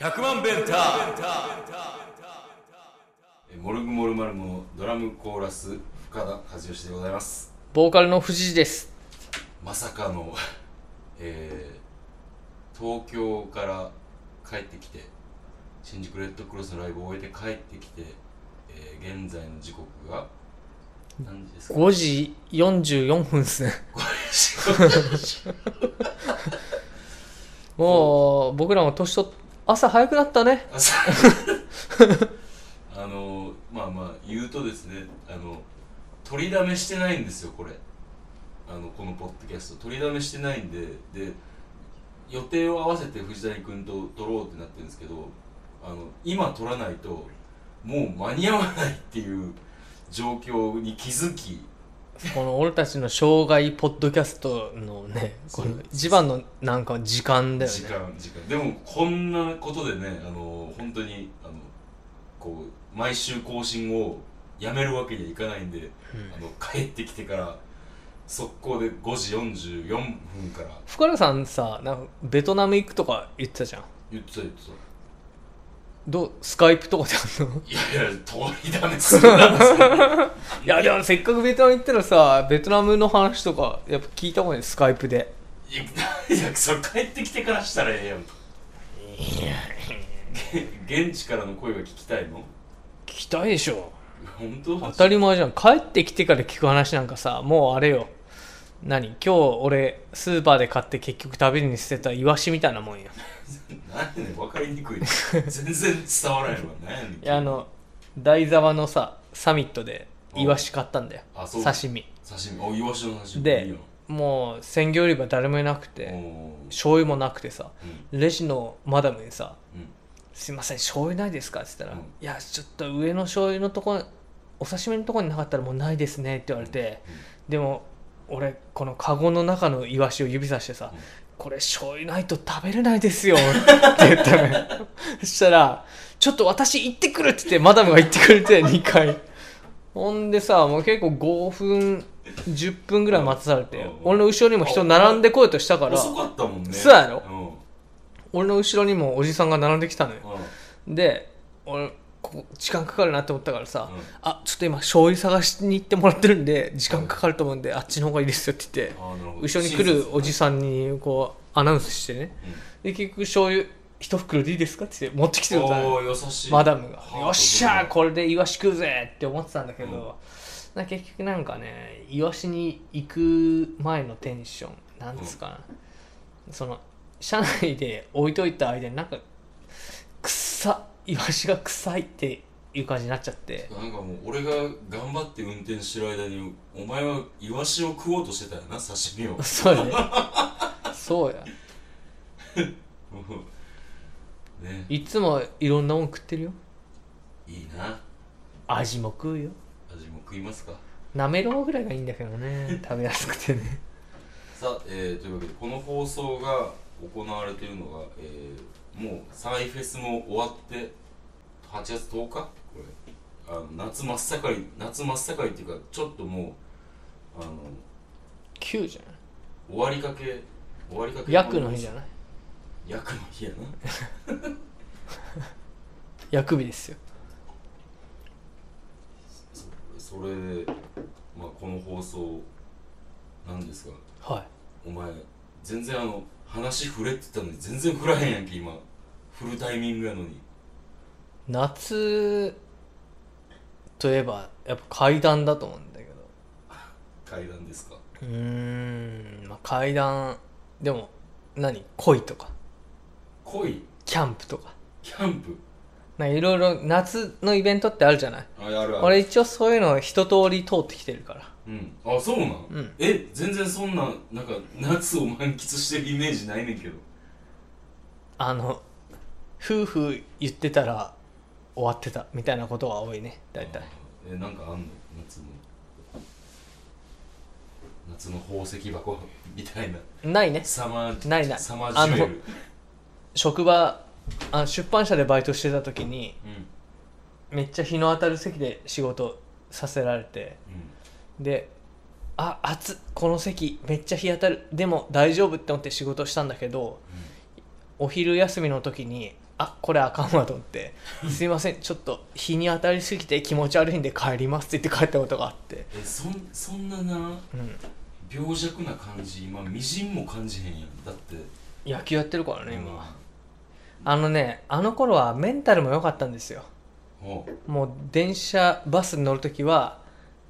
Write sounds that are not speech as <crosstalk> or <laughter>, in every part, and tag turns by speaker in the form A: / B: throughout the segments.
A: 100万ベンタ
B: モルグモルマルのドラムコーラス深田和義でございます
C: ボーカルの藤井です。
B: まさかの、 <laughs> えー東京から帰ってきて新宿レッドクロスのライブを終えて帰ってきて、えー現在の時刻が何時ですか
C: 5時44分ですね。もう、僕らも年取っ、朝早くなったね。
B: 朝 <laughs> あのまあまあ言うとですねあの取りだめしてないんですよこれあのこのポッドキャスト取りだめしてないんでで予定を合わせて藤谷君と撮ろうってなってるんですけどあの今撮らないともう間に合わないっていう状況に気づき
C: この俺たちの障害ポッドキャストのね、この一番のなんか時間だよね
B: 時。間時間でもこんなことでねあの本当にあのこう毎週更新をやめるわけにはいかないんで、あの帰ってきてから速攻で5時44分から
C: 福原さんさ、なんかベトナム行くとか言ってたじゃん。
B: 言ってた言ってた
C: どう、スカイプとかであんの
B: いやいや通りだめするな
C: いや、でもせっかくベトナム行ったらさ、ベトナムの話とか、やっぱ聞いた方がいいね、スカイプで。
B: いやいやそれ帰ってきてからしたらええやんかげ現地からの声が聞きたいの
C: 聞きたいでしょ。
B: 本当
C: 当たり前じゃん帰ってきてから聞く話なんかさもうあれよ何今日俺スーパーで買って結局食べるに捨てたイワシみたいなもんや
B: 何やねん分かりにくいね全然伝わらないわ何やねん
C: いやあの台沢のさサミットでイワシ買ったんだよ
B: あそう
C: 刺身
B: 刺身おイワシの刺身いい
C: で
B: よ
C: もう鮮魚売り場誰もいなくて
B: おー
C: 醤油もなくてさレジのマダムにさ
B: うん
C: 「すいません醤油ないですか?」って言ったら「
B: うん
C: いやちょっと上の醤油のとこお刺身のとこになかったらもうないですね」って言われて、でも俺このカゴの中のイワシを指さしてさ「
B: うん
C: これ醤油ないと食べれないですよ」って言ったのよそしたら「ちょっと私行ってくる」って言ってマダムが行ってくれ
B: <laughs>
C: て2回ほんでさもう結構5分10分ぐらい待たされて、
B: うん
C: 俺の後ろにも人並んでこようとしたから
B: 遅かったもんね
C: そうやろ
B: う
C: 俺の後ろにもおじさんが並んできたのよ
B: んうん
C: で俺ここ時間かかるなって思ったからさ、
B: うん
C: あちょっと今醤油探しに行ってもらってるんで時間かかると思うんで、あっちの方がいいですよって言って
B: あーなるほど
C: 後ろに来るおじさんにこうアナウンスしてね、で結局醤油一袋でいいですかって言って持ってきてくれたの
B: お
C: よ
B: お優しい
C: マダムが
B: ハー
C: 「
B: ト
C: よっしゃーこれでイワシ食うぜ!」って思ってたんだけど、な結局なんかねイワシに行く前のテンションなんつうかな、その車内で置いといた間になんか臭っイワシが臭いっていう感じになっちゃって
B: なんかもう俺が頑張って運転してる間にお前はイワシを食おうとしてたよな刺身を <laughs>
C: そう <laughs> やねそうや
B: うんね
C: いつもいろんなもん食ってるよ
B: いいな
C: 味も食うよ
B: 味も食いますか
C: なめろうぐらいがいいんだけどね食べやすくて <laughs> ね
B: さあ、えーというわけでこの放送が行われているのが、えーもうサイフェスも終わって8月10日これあの夏真っ盛り夏真っ盛りっていうかちょっともうあの
C: 9じゃない
B: 終わりかけ終わりかけ
C: 薬の日じゃ
B: ん
C: ない
B: 薬の日やな
C: 薬日ですよ
B: それで、まあ、この放送なんですが
C: はい
B: お前全然あの話振れって言ったのに全然振らへんやんけ今振るタイミングやのに
C: 夏といえばやっぱ階段だと思うんだけど
B: 階段ですか
C: うーん、まあ、階段でも何恋とか
B: 恋
C: キャンプとか
B: キャンプ
C: なんかいろいろ夏のイベントってあるじゃない
B: あやるある
C: 俺一応そういうのを一通り通ってきてるから
B: うんあそうなん、
C: うん
B: え全然そんななんか夏を満喫してるイメージないねんけど
C: あの夫婦言ってたら終わってたみたいなことが多いね大体
B: えなんかあんの夏の夏の宝石箱みたいな
C: ないね
B: サマー
C: ないない
B: サマージュエル
C: 職場あ出版社でバイトしてた時に
B: うん
C: めっちゃ日の当たる席で仕事させられてであ暑っこの席めっちゃ日当たるでも大丈夫って思って仕事したんだけど、お昼休みの時にあこれあかんわと思 <laughs> って「すいませんちょっと日に当たりすぎて気持ち悪いんで帰ります」って言って帰ったことがあって、
B: えそんそんなな
C: うん、
B: 病弱な感じ今みじんも感じへんやんだって
C: 野球やってるからね今、あのねあの頃はメンタルも良かったんですよ
B: うんお
C: もう電車バスに乗る時は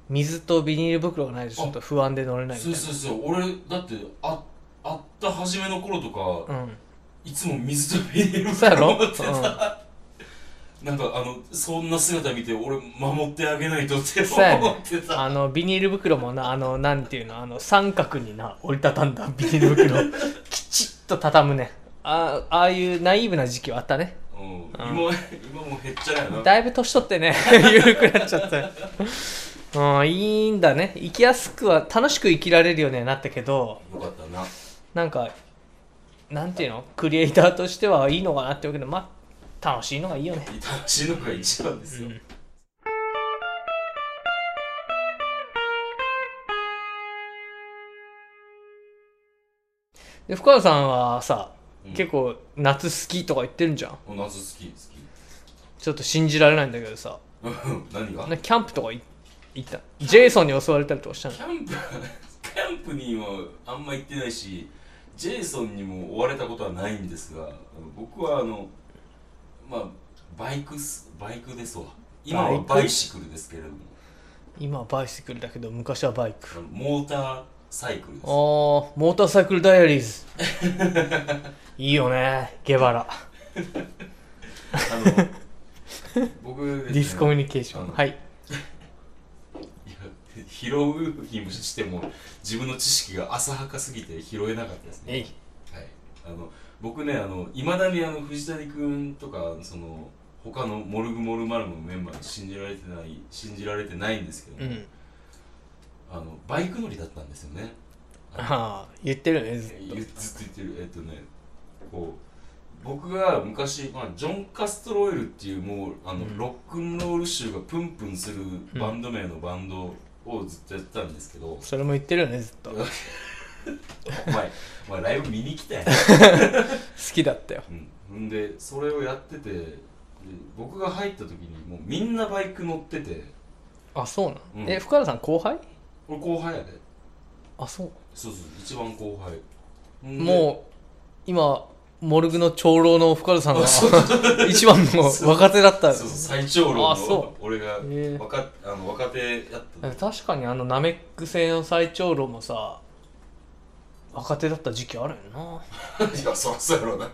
C: 水とビニール袋がないとちょっと不安で乗れないみた
B: そ
C: いうな
B: そうそう俺だってあ会った初めの頃とか、
C: うん
B: いつも水とビニール
C: そうやろ、
B: 袋持ってた
C: う
B: なんかあのそんな姿見て俺守ってあげないとって
C: そうやね
B: 思って
C: ん、
B: た、
C: あのビニール袋もなあのなんていうのあの三角にな折りたたんだビニール袋を
B: <laughs>
C: きちっと畳むねあああいうナイーブな時期はあったね
B: うん、今今もうへっちゃらやな
C: だいぶ年取ってね <laughs> 緩くなっちゃったようん、いいんだね生きやすくは楽しく生きられるようにはなったけど
B: よかったな
C: なんかなんていうのクリエイターとしてはいいのかなって思うけどまあ楽しいのがいいよね
B: 楽しいのが一番ですよ、
C: うんで深田さんはさ、
B: うん
C: 結構夏好きとか言ってるんじゃん
B: お夏好き好
C: ちょっと信じられないんだけどさ
B: き <laughs> うん何が
C: なキャンプとかい行ったジェイソンに襲われたりとかしたの
B: キャンプ <laughs> キャンプにはあんま行ってないしジェイソンにも追われたことはないんですがあの僕はあのまあバイクスバイクですわ今
C: バイ
B: は
C: ク
B: バイシクルですけれども
C: 今はバイシクルだけど昔はバイク
B: あのモーターサイクルです
C: あーモーターサイクルダイアリー <laughs> ズいいよねゲバラ
B: あの僕です
C: デ
B: ね
C: ィスコミュニケーショ
B: あ
C: ン
B: の
C: はい
B: いや拾うにもしても自分の知識が浅はかすぎて拾えなかったですね
C: えい
B: はい、あの僕ねいまだにあの藤谷君とかその他のモルグモルマルムのメンバーに信じられてない信じられてないんですけ
C: う
B: ど、
C: ん
B: あのバイク乗りだったんですよね
C: ああ言ってるねずっと
B: 言うずっと言ってるえっとねこう僕が昔、まあ、ジョン・カストロイルっていうもうあの、ロックンロール集がプンプンするバンド名のバンドをずっとやってたんですけ
C: <laughs>
B: ど、
C: それも言ってるよねずっと好
B: お前お前ライブ見に来たやん
C: きだったよ
B: うん、んでそれをやっててで僕が入った時にもうみんなバイク乗ってて
C: あそうな
B: うん
C: ん、え深田さん後輩
B: 俺後輩やで
C: あそう
B: そうそう一番後輩
C: もう今モルグの長老の深田さんが <laughs> 一番の若手だった
B: うそうそう最長老
C: あそ
B: の俺が
C: へえ
B: 若あの若手やった
C: 確かにあのナメック星の最長老もさ若手だった時期あるよない
B: やそりゃそうやろうない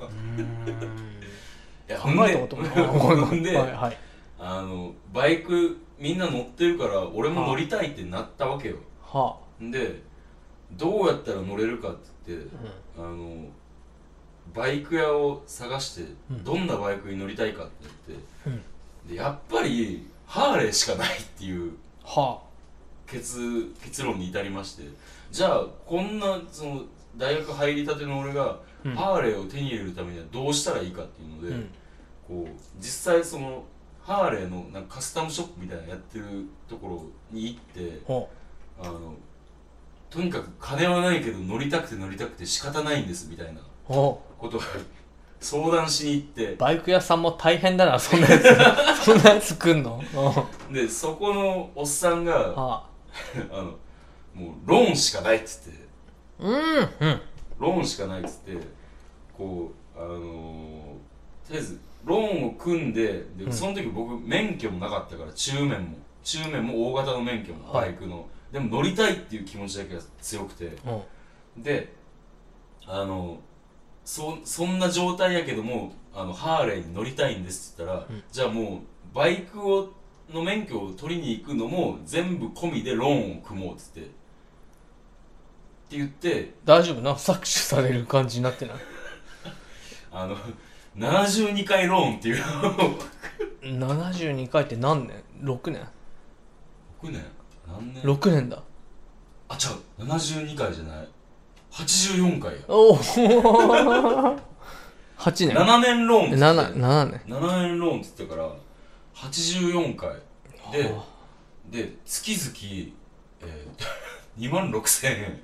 B: や
C: 考えたこともない
B: ほん
C: はい
B: で
C: はい
B: あのバイクみんな乗ってるから俺も乗りたいってなったわけよ
C: は
B: でどうやったら乗れるかって言って、
C: あ、うん
B: あのバイク屋を探して、
C: うん
B: どんなバイクに乗りたいかって言って、
C: うん
B: でやっぱりハーレーしかないっていう
C: は
B: 結結論に至りましてじゃあこんなその大学入りたての俺が、
C: うん
B: ハーレーを手に入れるためにはどうしたらいいかっていうので、
C: あ、うん、
B: こう実際そのハーレーのなんかカスタムショップみたいなのやってるところに行って
C: ほ
B: あのとにかく金はないけど乗りたくて乗りたくて仕方ないんですみたいな。
C: うほ
B: ことが相談しに行って
C: うバイク屋さんも大変だなそんなや <laughs> つそんなやつ来んのうんは
B: でそこのおっさんが
C: あ
B: あのもうローンしかないっつって
C: うんうん
B: ローンしかないっつってこうあのーとりあえずローンを組んでで、
C: うん
B: その時僕免許もなかったから中免も中免も大型の免許も
C: は
B: バ
C: い
B: イクの、でも乗りたいっていう気持ちだけが強くて
C: うん
B: であのそそんな状態やけどもあのハーレーに乗りたいんですって言ったら、
C: うん
B: じゃあもうバイクをの免許を取りに行くのも全部込みでローンを組もうっつってって言って
C: 大丈夫な搾取される感じになってない
B: あの72回ローンっていうのを
C: 72回って何年 ?6 年
B: 6年何年
C: ?6 年だ
B: あ違う72回じゃない84回や
C: おお <laughs> !8 年
B: 7年ローンっつって
C: 7, 7年
B: 7円ローンって言ってたから84回で
C: は
B: で月々、えー <laughs> 2万6000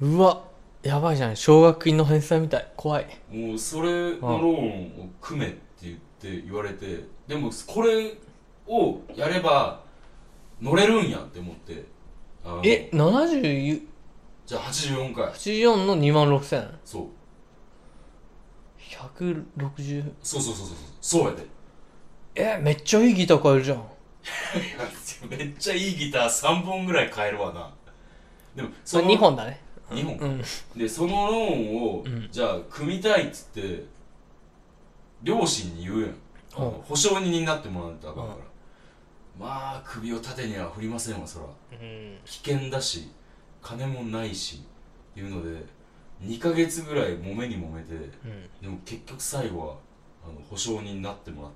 C: うわやばいじゃん奨学金の返済みたい怖い
B: 円もうそれのローンを組めって言って言われてでもこれをやれば乗れるんやって思ってあの
C: え70
B: じゃあ84回
C: 84の2万6000
B: そう
C: 160
B: そうそうそうそうそうやって
C: えめっちゃいいギター買えるじゃん
B: めっちゃいいギター3本ぐらい買えるわなでもそ
C: そ
B: の
C: 2本だね
B: 二本
C: うん
B: でそのローンを、
C: ん
B: じゃあ組みたいっつって両親に言うやん、あの
C: うん
B: 保証人になってもらったらあかんから、まあ首を縦には振りませんわそら
C: うん
B: 危険だし金もないしいうので2ヶ月ぐらい揉めに揉めて
C: うん
B: でも結局最後はあの保証人になってもらっ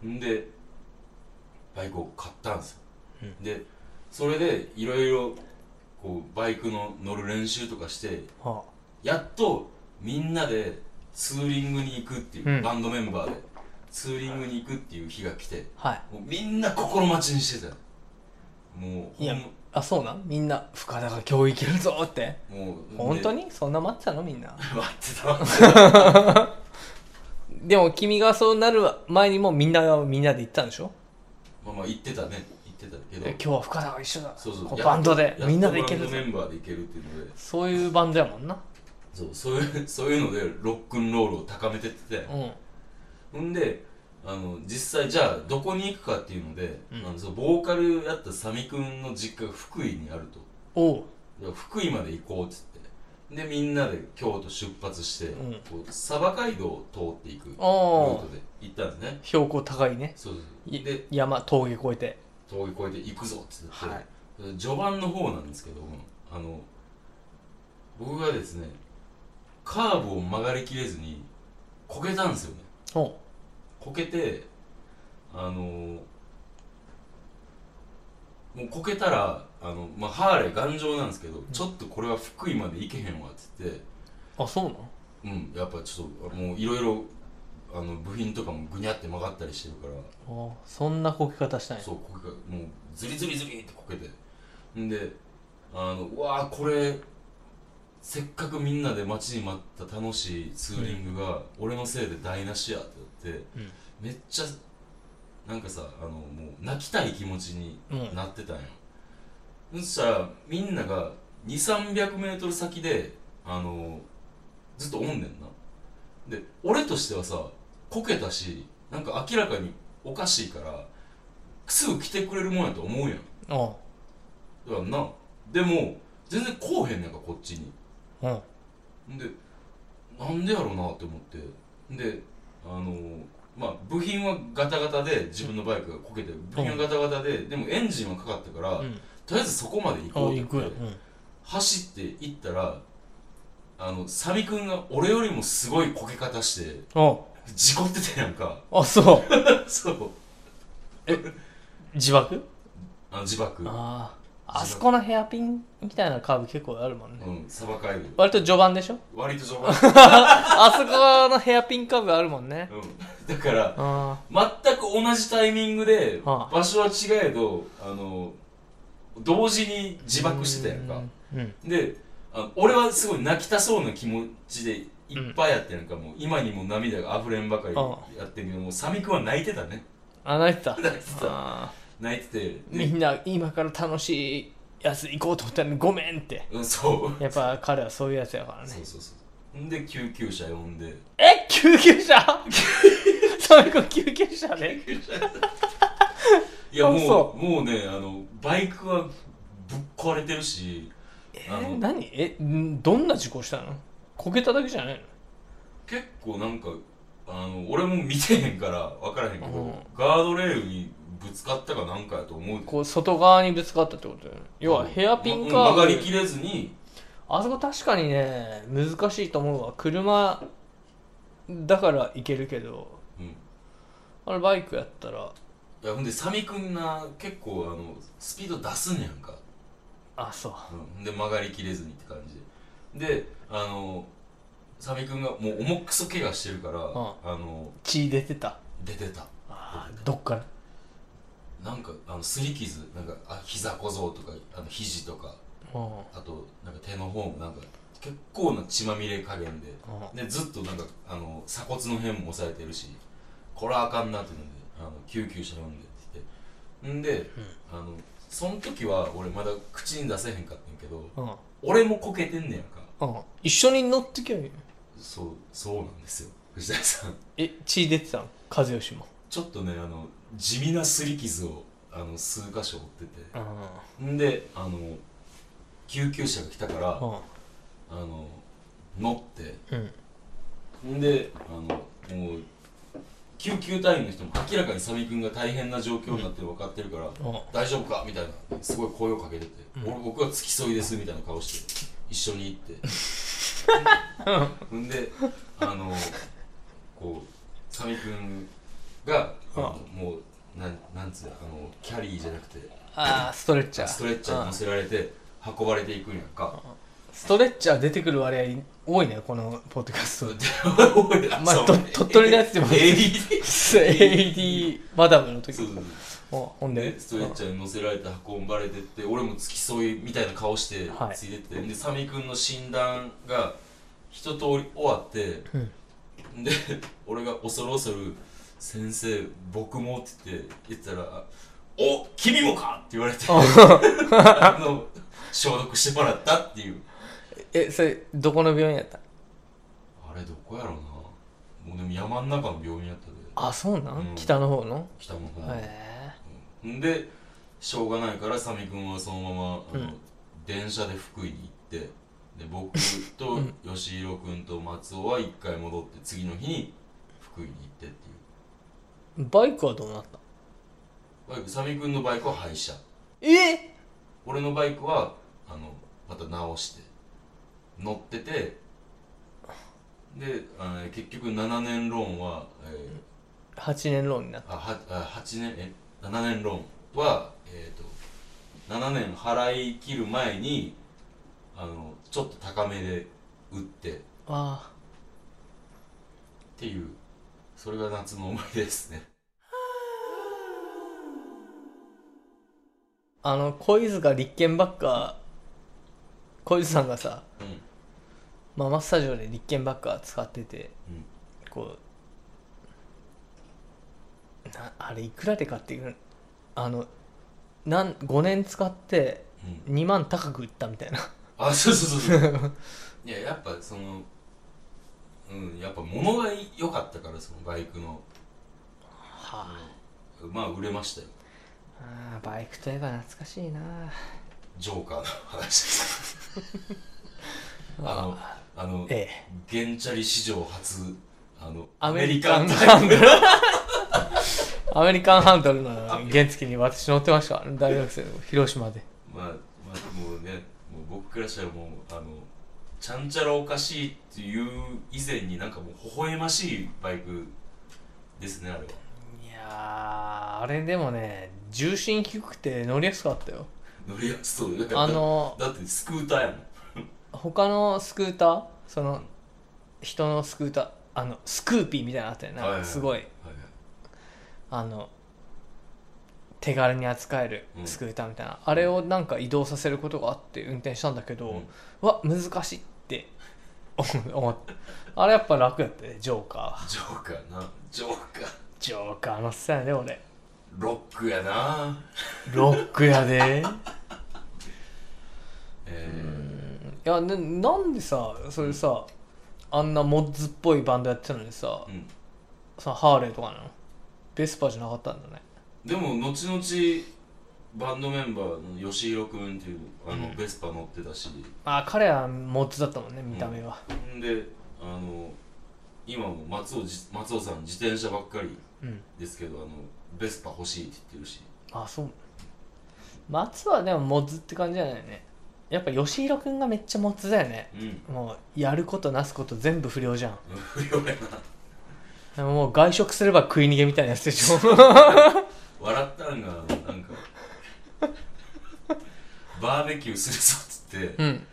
B: てんでバイクを買ったんですよ、
C: う
B: でそれでいろいろこうバイクの乗る練習とかして
C: は
B: やっとみんなでツーリングに行くっていう、
C: うん
B: バンドメンバーでツーリングに行くっていう日が来て
C: あはい
B: もうみんな心待ちにしてたよもうほん
C: いやあそうなんみんな深田が今日生きるぞって
B: もう
C: 本当
B: に
C: にそんな待ってたのみんな
B: <laughs> 待ってた
C: でも君がそうなる前にもみんながみんなで行ったんでしょ
B: まあまあ行ってたね行ってたけど
C: え今日は深田が一緒だ
B: そうそう
C: こう
B: やっと
C: バンドで
B: やっと
C: みんなで行ける
B: バン
C: ぞ
B: ドメンバーで行けるっていうので
C: そういうバンドやもんな
B: そうそういう <laughs> そういうのでロックンロールを高めてってて
C: う
B: ほ
C: ん
B: んであの実際じゃあどこに行くかっていうので、
C: うん
B: あのそのボーカルやった佐美くんの実家が福井にあると
C: おう
B: いや福井まで行こうっつってでみんなで京都出発して、
C: うん
B: こう鯖街道を通っていくルー
C: お
B: トで行ったんですね
C: 標高高いね
B: そうそうそう
C: い
B: で
C: 山峠越えて
B: 峠越えて行くぞっつって、
C: はい
B: 序盤の方なんですけどあの僕がですねカーブを曲がりきれずにこけたんですよね
C: おう
B: こけてあのもうこけたらあの、まあ、ハーレー頑丈なんですけど、ちょっとこれは福井まで行けへんわっつって
C: あそうなん
B: うんやっぱちょっともういろいろあの部品とかもぐにゃって曲がったりしてるから
C: おうそんなこけ方したんや
B: そうこけがもうズリズリズリってこけてんであのうわーこれせっかくみんなで待ちに待った楽しいツーリングが、俺のせいで台無しやってなって、
C: うん
B: めっちゃなんかさあのもう泣きたい気持ちに
C: うん
B: なってたんよ、そしたらみんなが2 3 0 0ル先であのずっとおんねんなで俺としてはさこけたしなんか明らかにおかしいからすぐ来てくれるもんやと思うやん
C: おう
B: だからなでも全然こうへんねんかこっちに
C: うん
B: でなんでやろうなって思ってであのまあ部品はガタガタで自分のバイクがこけて部品はガタガタで、でもエンジンはかかったから、
C: うん
B: とりあえずそこまで行
C: あ
B: こう
C: 行
B: って
C: くや
B: 言
C: ん
B: って走って行ったらあのサビ君が俺よりもすごいこけ方して
C: うんお
B: 事故ってたやんか <laughs>
C: うあそう
B: そう
C: 自爆
B: あの自爆
C: あああそこのヘアピンみたいなカーブ結構あるもんね
B: うんサバカイル
C: 割と序盤でしょ
B: 割と序盤、
C: あそこのヘアピンカーブあるもんね
B: うん、だから
C: あ
B: 全く同じタイミングで
C: は
B: 場所は違えどあの同時に自爆してたやんか
C: うん
B: であ俺はすごい泣きたそうな気持ちでいっぱいやってなんかもう今にも涙が溢れんばかりやってるけどもうサミ君は泣いてたね
C: あ泣いてた
B: 泣いてた
C: あ
B: 泣いてて
C: ーみんな今から楽しいやつ行こうと思ったのにごめんって
B: うん
C: <laughs>
B: そう
C: やっぱ彼はそういうやつやから
B: そ
C: ね
B: うそうそうほんで救急車呼んで
C: え救急車
B: <laughs>
C: サミ君救急車で
B: いや
C: あ
B: も
C: そう
B: もうねあのバイクはぶっ壊れてるしあ
C: え
B: の
C: 何えんどんな事故したのこけただけじゃないの
B: 結構なんかあの俺も見てへんから分からへんけど、
C: うん
B: ガードレールにぶつかったかなんかやと思う
C: こう外側にぶつかったってことよね要はヘアピンカーブ、
B: ま曲がりきれずに
C: あそこ確かにね難しいと思うわ車だから行けるけど
B: うん
C: あれバイクやったら
B: いやほんでサミ君な結構あのスピード出すんやんか、
C: あそう
B: うん、で曲がりきれずにって感じでであのサミ君がもう重くそ怪我してるから、あの
C: 血出てた
B: 出てた
C: あーどっから
B: なんかあの擦り傷なんかあ膝小僧とかあの肘とか
C: うんうん
B: あとなんか手の方もなんか結構な血まみれ加減ででずっとなんかあの鎖骨の辺も押さえてるしこれはあかんなっていうのであの救急車呼んでって言ってんで、あのその時は俺まだ口に出せへんかったんやけど
C: うん
B: 俺もこけてんねやんか
C: うん一緒に乗ってきゃいい
B: そうそうなんですよ藤谷さん
C: え血出てたの和義も
B: ちょっとねあの地味な擦り傷をあの数箇所負って
C: うん
B: てんであの救急車が来たからあの乗って
C: うん
B: んであのもう救急隊員の人も明らかにサビ君が大変な状況になってるの分かってるから
C: うん
B: 「大丈夫か?」みたいなすごい声をかけてて
C: う
B: 「
C: ん
B: 俺僕は付き添いです」みたいな顔して一緒に行ってほんであのこうサビ君があのもうなんなんつうのあのキャリーじゃなくて
C: ああストレッチャー
B: ストレッチャーに乗せられて運ばれていくんやんか。
C: ストレッチャー出てくる割合多いねこのポッドキャス
B: そ <laughs>
C: ト
B: うでおい
C: まあ
B: そう
C: と鳥取のやつでも
B: AED
C: で AD マダムの時
B: <laughs> そうそうそう
C: おほんで
B: でストレッチャーに乗せられて運ばれてって俺も付き添いみたいな顔して
C: はい
B: ついてって、でサミ君の診断が一通り終わって、で俺が恐る恐る「先生僕も」って言って言ってたら「お君もか!」って言われて <laughs> あの消毒してもらったっていう
C: えそれどこの病院やった
B: あれどこやろうなもうでも山の中の病院やったで
C: あそうなん、
B: うん
C: 北の方の
B: 北の方
C: へ
B: の
C: え
B: んでしょうがないからサミ君はそのままあの、
C: うん
B: 電車で福井に行ってで僕と
C: ん
B: 吉弘君と松尾は一回戻って次の日に福井に行ってっていう
C: バイクはどうなった
B: バイクサミ君のバイクは廃車
C: え
B: 俺のバイクはあのまた直して乗っててであ結局7年ローンは、えー
C: 八8年ローンになった
B: あはあ8年え7年ローンは、えー、と7年払い切る前にあのちょっと高めで売ってっ
C: あ
B: ていうそれが夏の思い出ですね
C: ああの小塚立憲ばっか小泉さんがさ、
B: うん
C: ママスタジオで立憲ばっか使ってて
B: うん
C: こうなあれいくらで買ってくるあのなん5年使って
B: うん
C: 2万高く売ったみたいな
B: あそうそうそうそういややっぱそのうんやっぱ物が良かったからそのバイクの
C: は
B: まあ売れましたよ
C: ああーバイクといえば懐かしいな
B: ジョーカーの話ですあのあの
C: ええ
B: ゲンチャリ史上初あの
C: アメリカン
B: タイ
C: ハンド <laughs> ル。アメリカンハンドルの原付に私乗ってました。大学生の広島で。
B: プまあまあもうねもう僕からしたらもうあのちゃんちゃらおかしいっていう以前になんかもう微笑ましいバイクですねあれはい
C: やー、あれでもね、重心低くて乗りやすかったよ。
B: 乗りやすそうだ
C: あの、
B: だってスクーターやもん
C: 他のスクーター、その、人のスクーター、あの、スクーピーみたいなのあったよね。
B: はいはい
C: すご
B: は
C: い、
B: いはい
C: あの、手軽に扱える
B: うん
C: スクーターみたいな、あれをなんか移動させることがあって運転したんだけど、
B: うん
C: うわ難しいって思ったあれやっぱ楽やったねジョーカーは
B: ジョーカーなジョーカー
C: ジョーカー乗ってたよね俺
B: ロックやな
C: ロックや <laughs> で
B: え
C: いやななんでさそれさあんなモッズっぽいバンドやってたのにさ
B: ーうん
C: さハーレーとかなのベスパーじゃなかったんだね
B: でも後々バンドメンバーの吉弘君っていうあの、ベスパ乗ってたし
C: あ彼はモッズだったもんね見た目は
B: んであの今も松尾じ松尾さん自転車ばっかり
C: うん、
B: ですけどあのベスパ欲しいって言ってるし
C: あそう松はでもモッズって感じじゃないよねやっぱ吉弘君がめっちゃモッズだよね
B: うん
C: もうやることなすこと全部不良じゃん
B: 不良やな
C: でももう外食すれば食い逃げみたいなやつでしょ
B: 笑ったんがなんかバーベキューするぞっつって、
C: <laughs> うん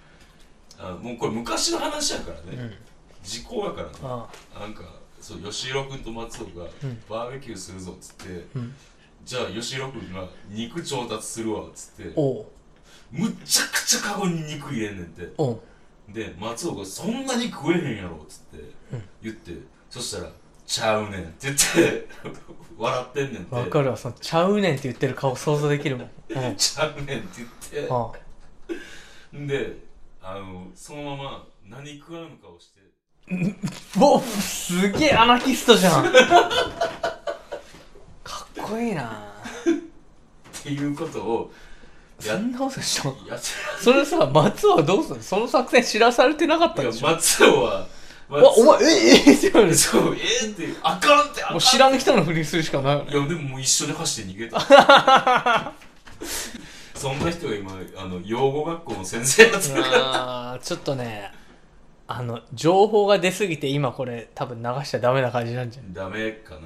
B: あもうこれ昔の話やからね、
C: うん
B: 時効やからね
C: あ
B: なんかそう吉弘君と松尾が
C: うん
B: バーベキューするぞっつって、
C: うん
B: じゃあ吉弘君が肉調達するわっつって
C: おう
B: むっちゃくちゃカゴに肉入れんねんて
C: おう
B: で松岡そんなに食えへんやろっつって言って、そしたら「ちゃうねん」って言って <laughs> 笑ってんねんて
C: わかるわその「ちゃうねん」って言ってる顔想像できるもんうん
B: ちゃうねんって言って
C: あ
B: であのそのまま何食わぬ顔して
C: おすげえアナキストじ <laughs> ゃんかっこいいな
B: っていうことを
C: そんなことしたの
B: やって
C: それさ松尾はどうするのその作戦知らされてなかった
B: い
C: ん
B: や
C: でしょ
B: 松尾は松
C: わお前えええって言われる
B: そうえー、ってあかんってあかん
C: もう知らん人のふりするしかないよ
B: い
C: ね
B: やでももう一緒に走って逃げた
C: <laughs>
B: そんな人が今あの養護学校の先生だった
C: あーちょっとねあの情報が出すぎて今これ多分流しちゃダメな感じなんじゃない
B: ダメかな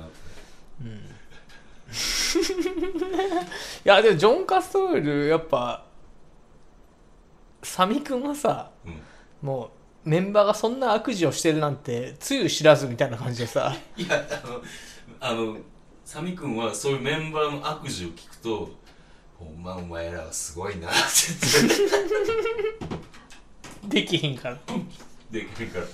C: うんいやでもジョン・カストールやっぱサミ君はさ
B: うん
C: もうメンバーがそんな悪事をしてるなんてつゆ知らずみたいな感じでさ
B: いやあのあのサミ君はそういうメンバーの悪事を聞くと「ほんまお前らはすごいな」って言って
C: できひんから
B: できるから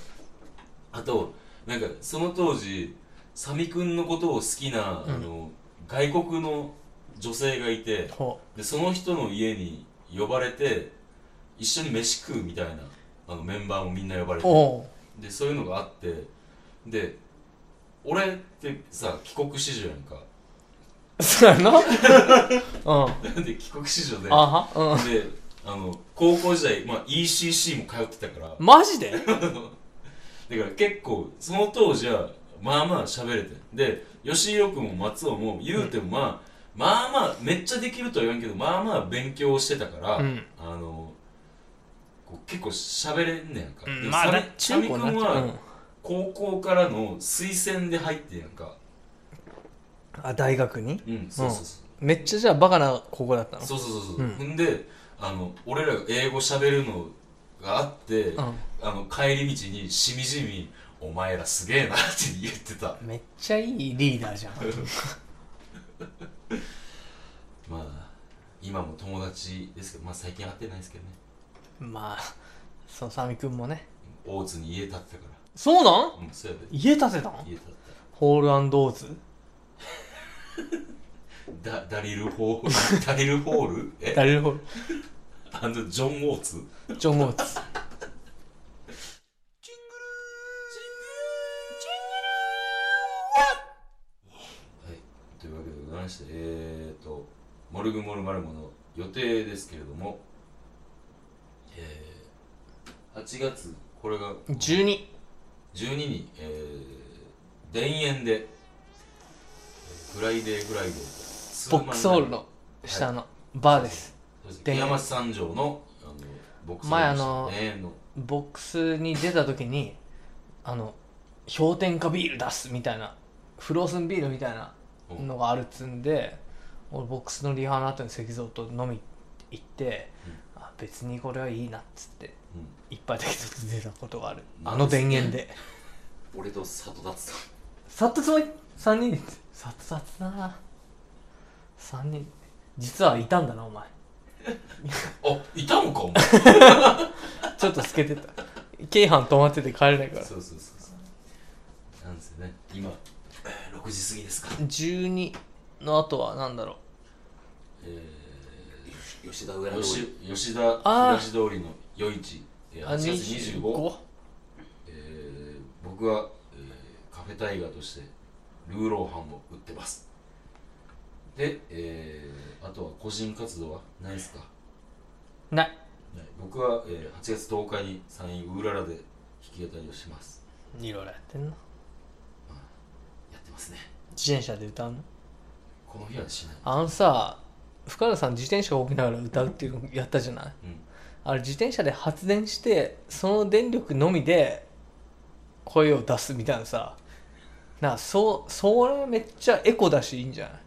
B: あとなんかその当時サミ君のことを好きな、あの外国の女性がいて
C: ほ
B: でその人の家に呼ばれて一緒に飯食うみたいなあのメンバーもみんな呼ばれ
C: う
B: て
C: おう
B: でそういうのがあってで俺ってさ帰国子女やんか <laughs>
C: そうやなうん
B: で帰国子女で
C: あはうん
B: であの高校時代、まあ、ECC も通ってたから
C: マジで
B: だから結構その当時はまあまあ喋れてで吉井君も松尾も言うてもまあ、まあまあめっちゃできるとは言わんけどまあまあ勉強してたから、
C: うん
B: あのこう結構喋れんねやんか、
C: う
B: で
C: んまあ
B: サミ
C: な中高
B: サミ君
C: になっちゃう、う
B: は
C: ん、
B: 高校からの推薦で入ってんやんか
C: あ大学に
B: うんそうそうそう、
C: めっちゃじゃあバカな高校だったの
B: そうそうそうそう、
C: うん
B: ほんであの俺らが英語喋るのがあって、
C: う
B: あの帰り道にしみじみ「お前らすげえな」って言ってた
C: んめっちゃいいリーダーじゃん
B: まあ今も友達ですけど、まあ、最近会ってないですけどね
C: まあそのサミ君もね
B: 大津に家建てたか
C: そうなん
B: らうんそうやで
C: 家建てたの
B: 家建てた
C: ホールオーズ
B: だダリルホール <laughs> ダリルホールえ
C: 誰ホー
B: あのジョン・オーツ
C: ルジョン・オーツ
B: はいというわけでございましてえーと「モルグモルマルモ」の予定ですけれどもえー、8月これが
C: 12
B: 12に、えー、田園で、えーフライデーフライデー
C: ボックスホールの下のバーです
B: 田
C: 田園
B: 山三条のあのボックスホ
C: 前
B: ー
C: あ
B: ル
C: の
B: の田園の
C: ボックスに出た時にあの氷点下ビール出すみたいなフローズンビールみたいなのがあるっつんで俺ボックスのリハの後に石像と飲み行って、あ別にこれはいいなっつって
B: うん
C: いっぱい適当に出たことがある
B: まあ
C: あの田園 <laughs> で
B: 俺と里達さん
C: サッとつもり3人でサッとサツだな3人実はいたんだなお前
B: あいたのかお前
C: ちょっと透け <laughs> てた京阪止まってて帰れないから
B: そうそうそうそうなんですよね今、えー、6時過ぎですか
C: 12の後は何だろう
B: え
D: 吉田上
B: ー、
D: 野通り
B: 吉吉田
C: あー
B: 東通りの夜市えー8
C: あ
B: 月25
C: 25
B: えー、僕は、えーカフェタイガーとしてルーローハンを売ってますで、えー、あとは個人活動はないですか
C: ない
B: はい僕は、えー8月10日に山陰ウーララで弾き語りをします
C: いろいろやってんな
B: やってますね
C: 自転車で歌うの
B: この日はしない
C: あのさ深田さん自転車が起きながら歌うっていうのやったじゃない
B: うん
C: あれ自転車で発電してその電力のみで声を出すみたいなさなあそうそれめっちゃエコだしいいんじゃ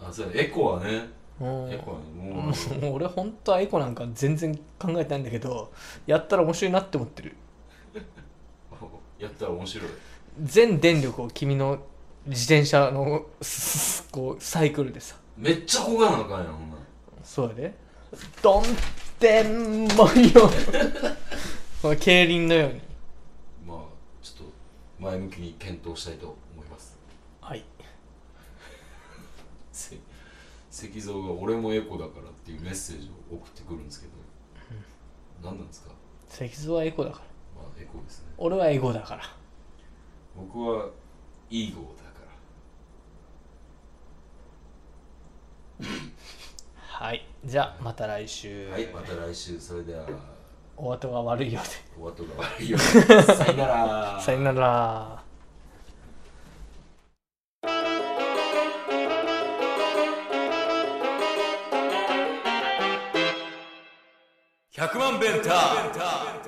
B: あそうエコはね
C: ないうん
B: エコはねもう、 <laughs>
C: もう <laughs> 俺本当はエコなんか全然考えてないんだけどやったら面白いなって思ってる
B: やったら面白い
C: 全電力を君の自転車の <laughs> すすこうサイクルでさ
B: めっちゃ小がなあかんやんほんなら
C: そうやでドンでんぼ <laughs> よこの競輪のように
B: まあちょっと前向きに検討したいと思います
C: はい
B: せ石像が「俺もエコだから」っていうメッセージを送ってくるんですけど、何なんですか
C: 石像はエコだから
B: まあエコですね
C: 俺はエゴだから
B: 僕はイーゴーだから
C: はいじゃあまた来週、
B: はい、また来週、それでは、
C: お後が悪いようで
B: お後が悪いようで。さよなら。
C: さよなら
A: 100万ベンター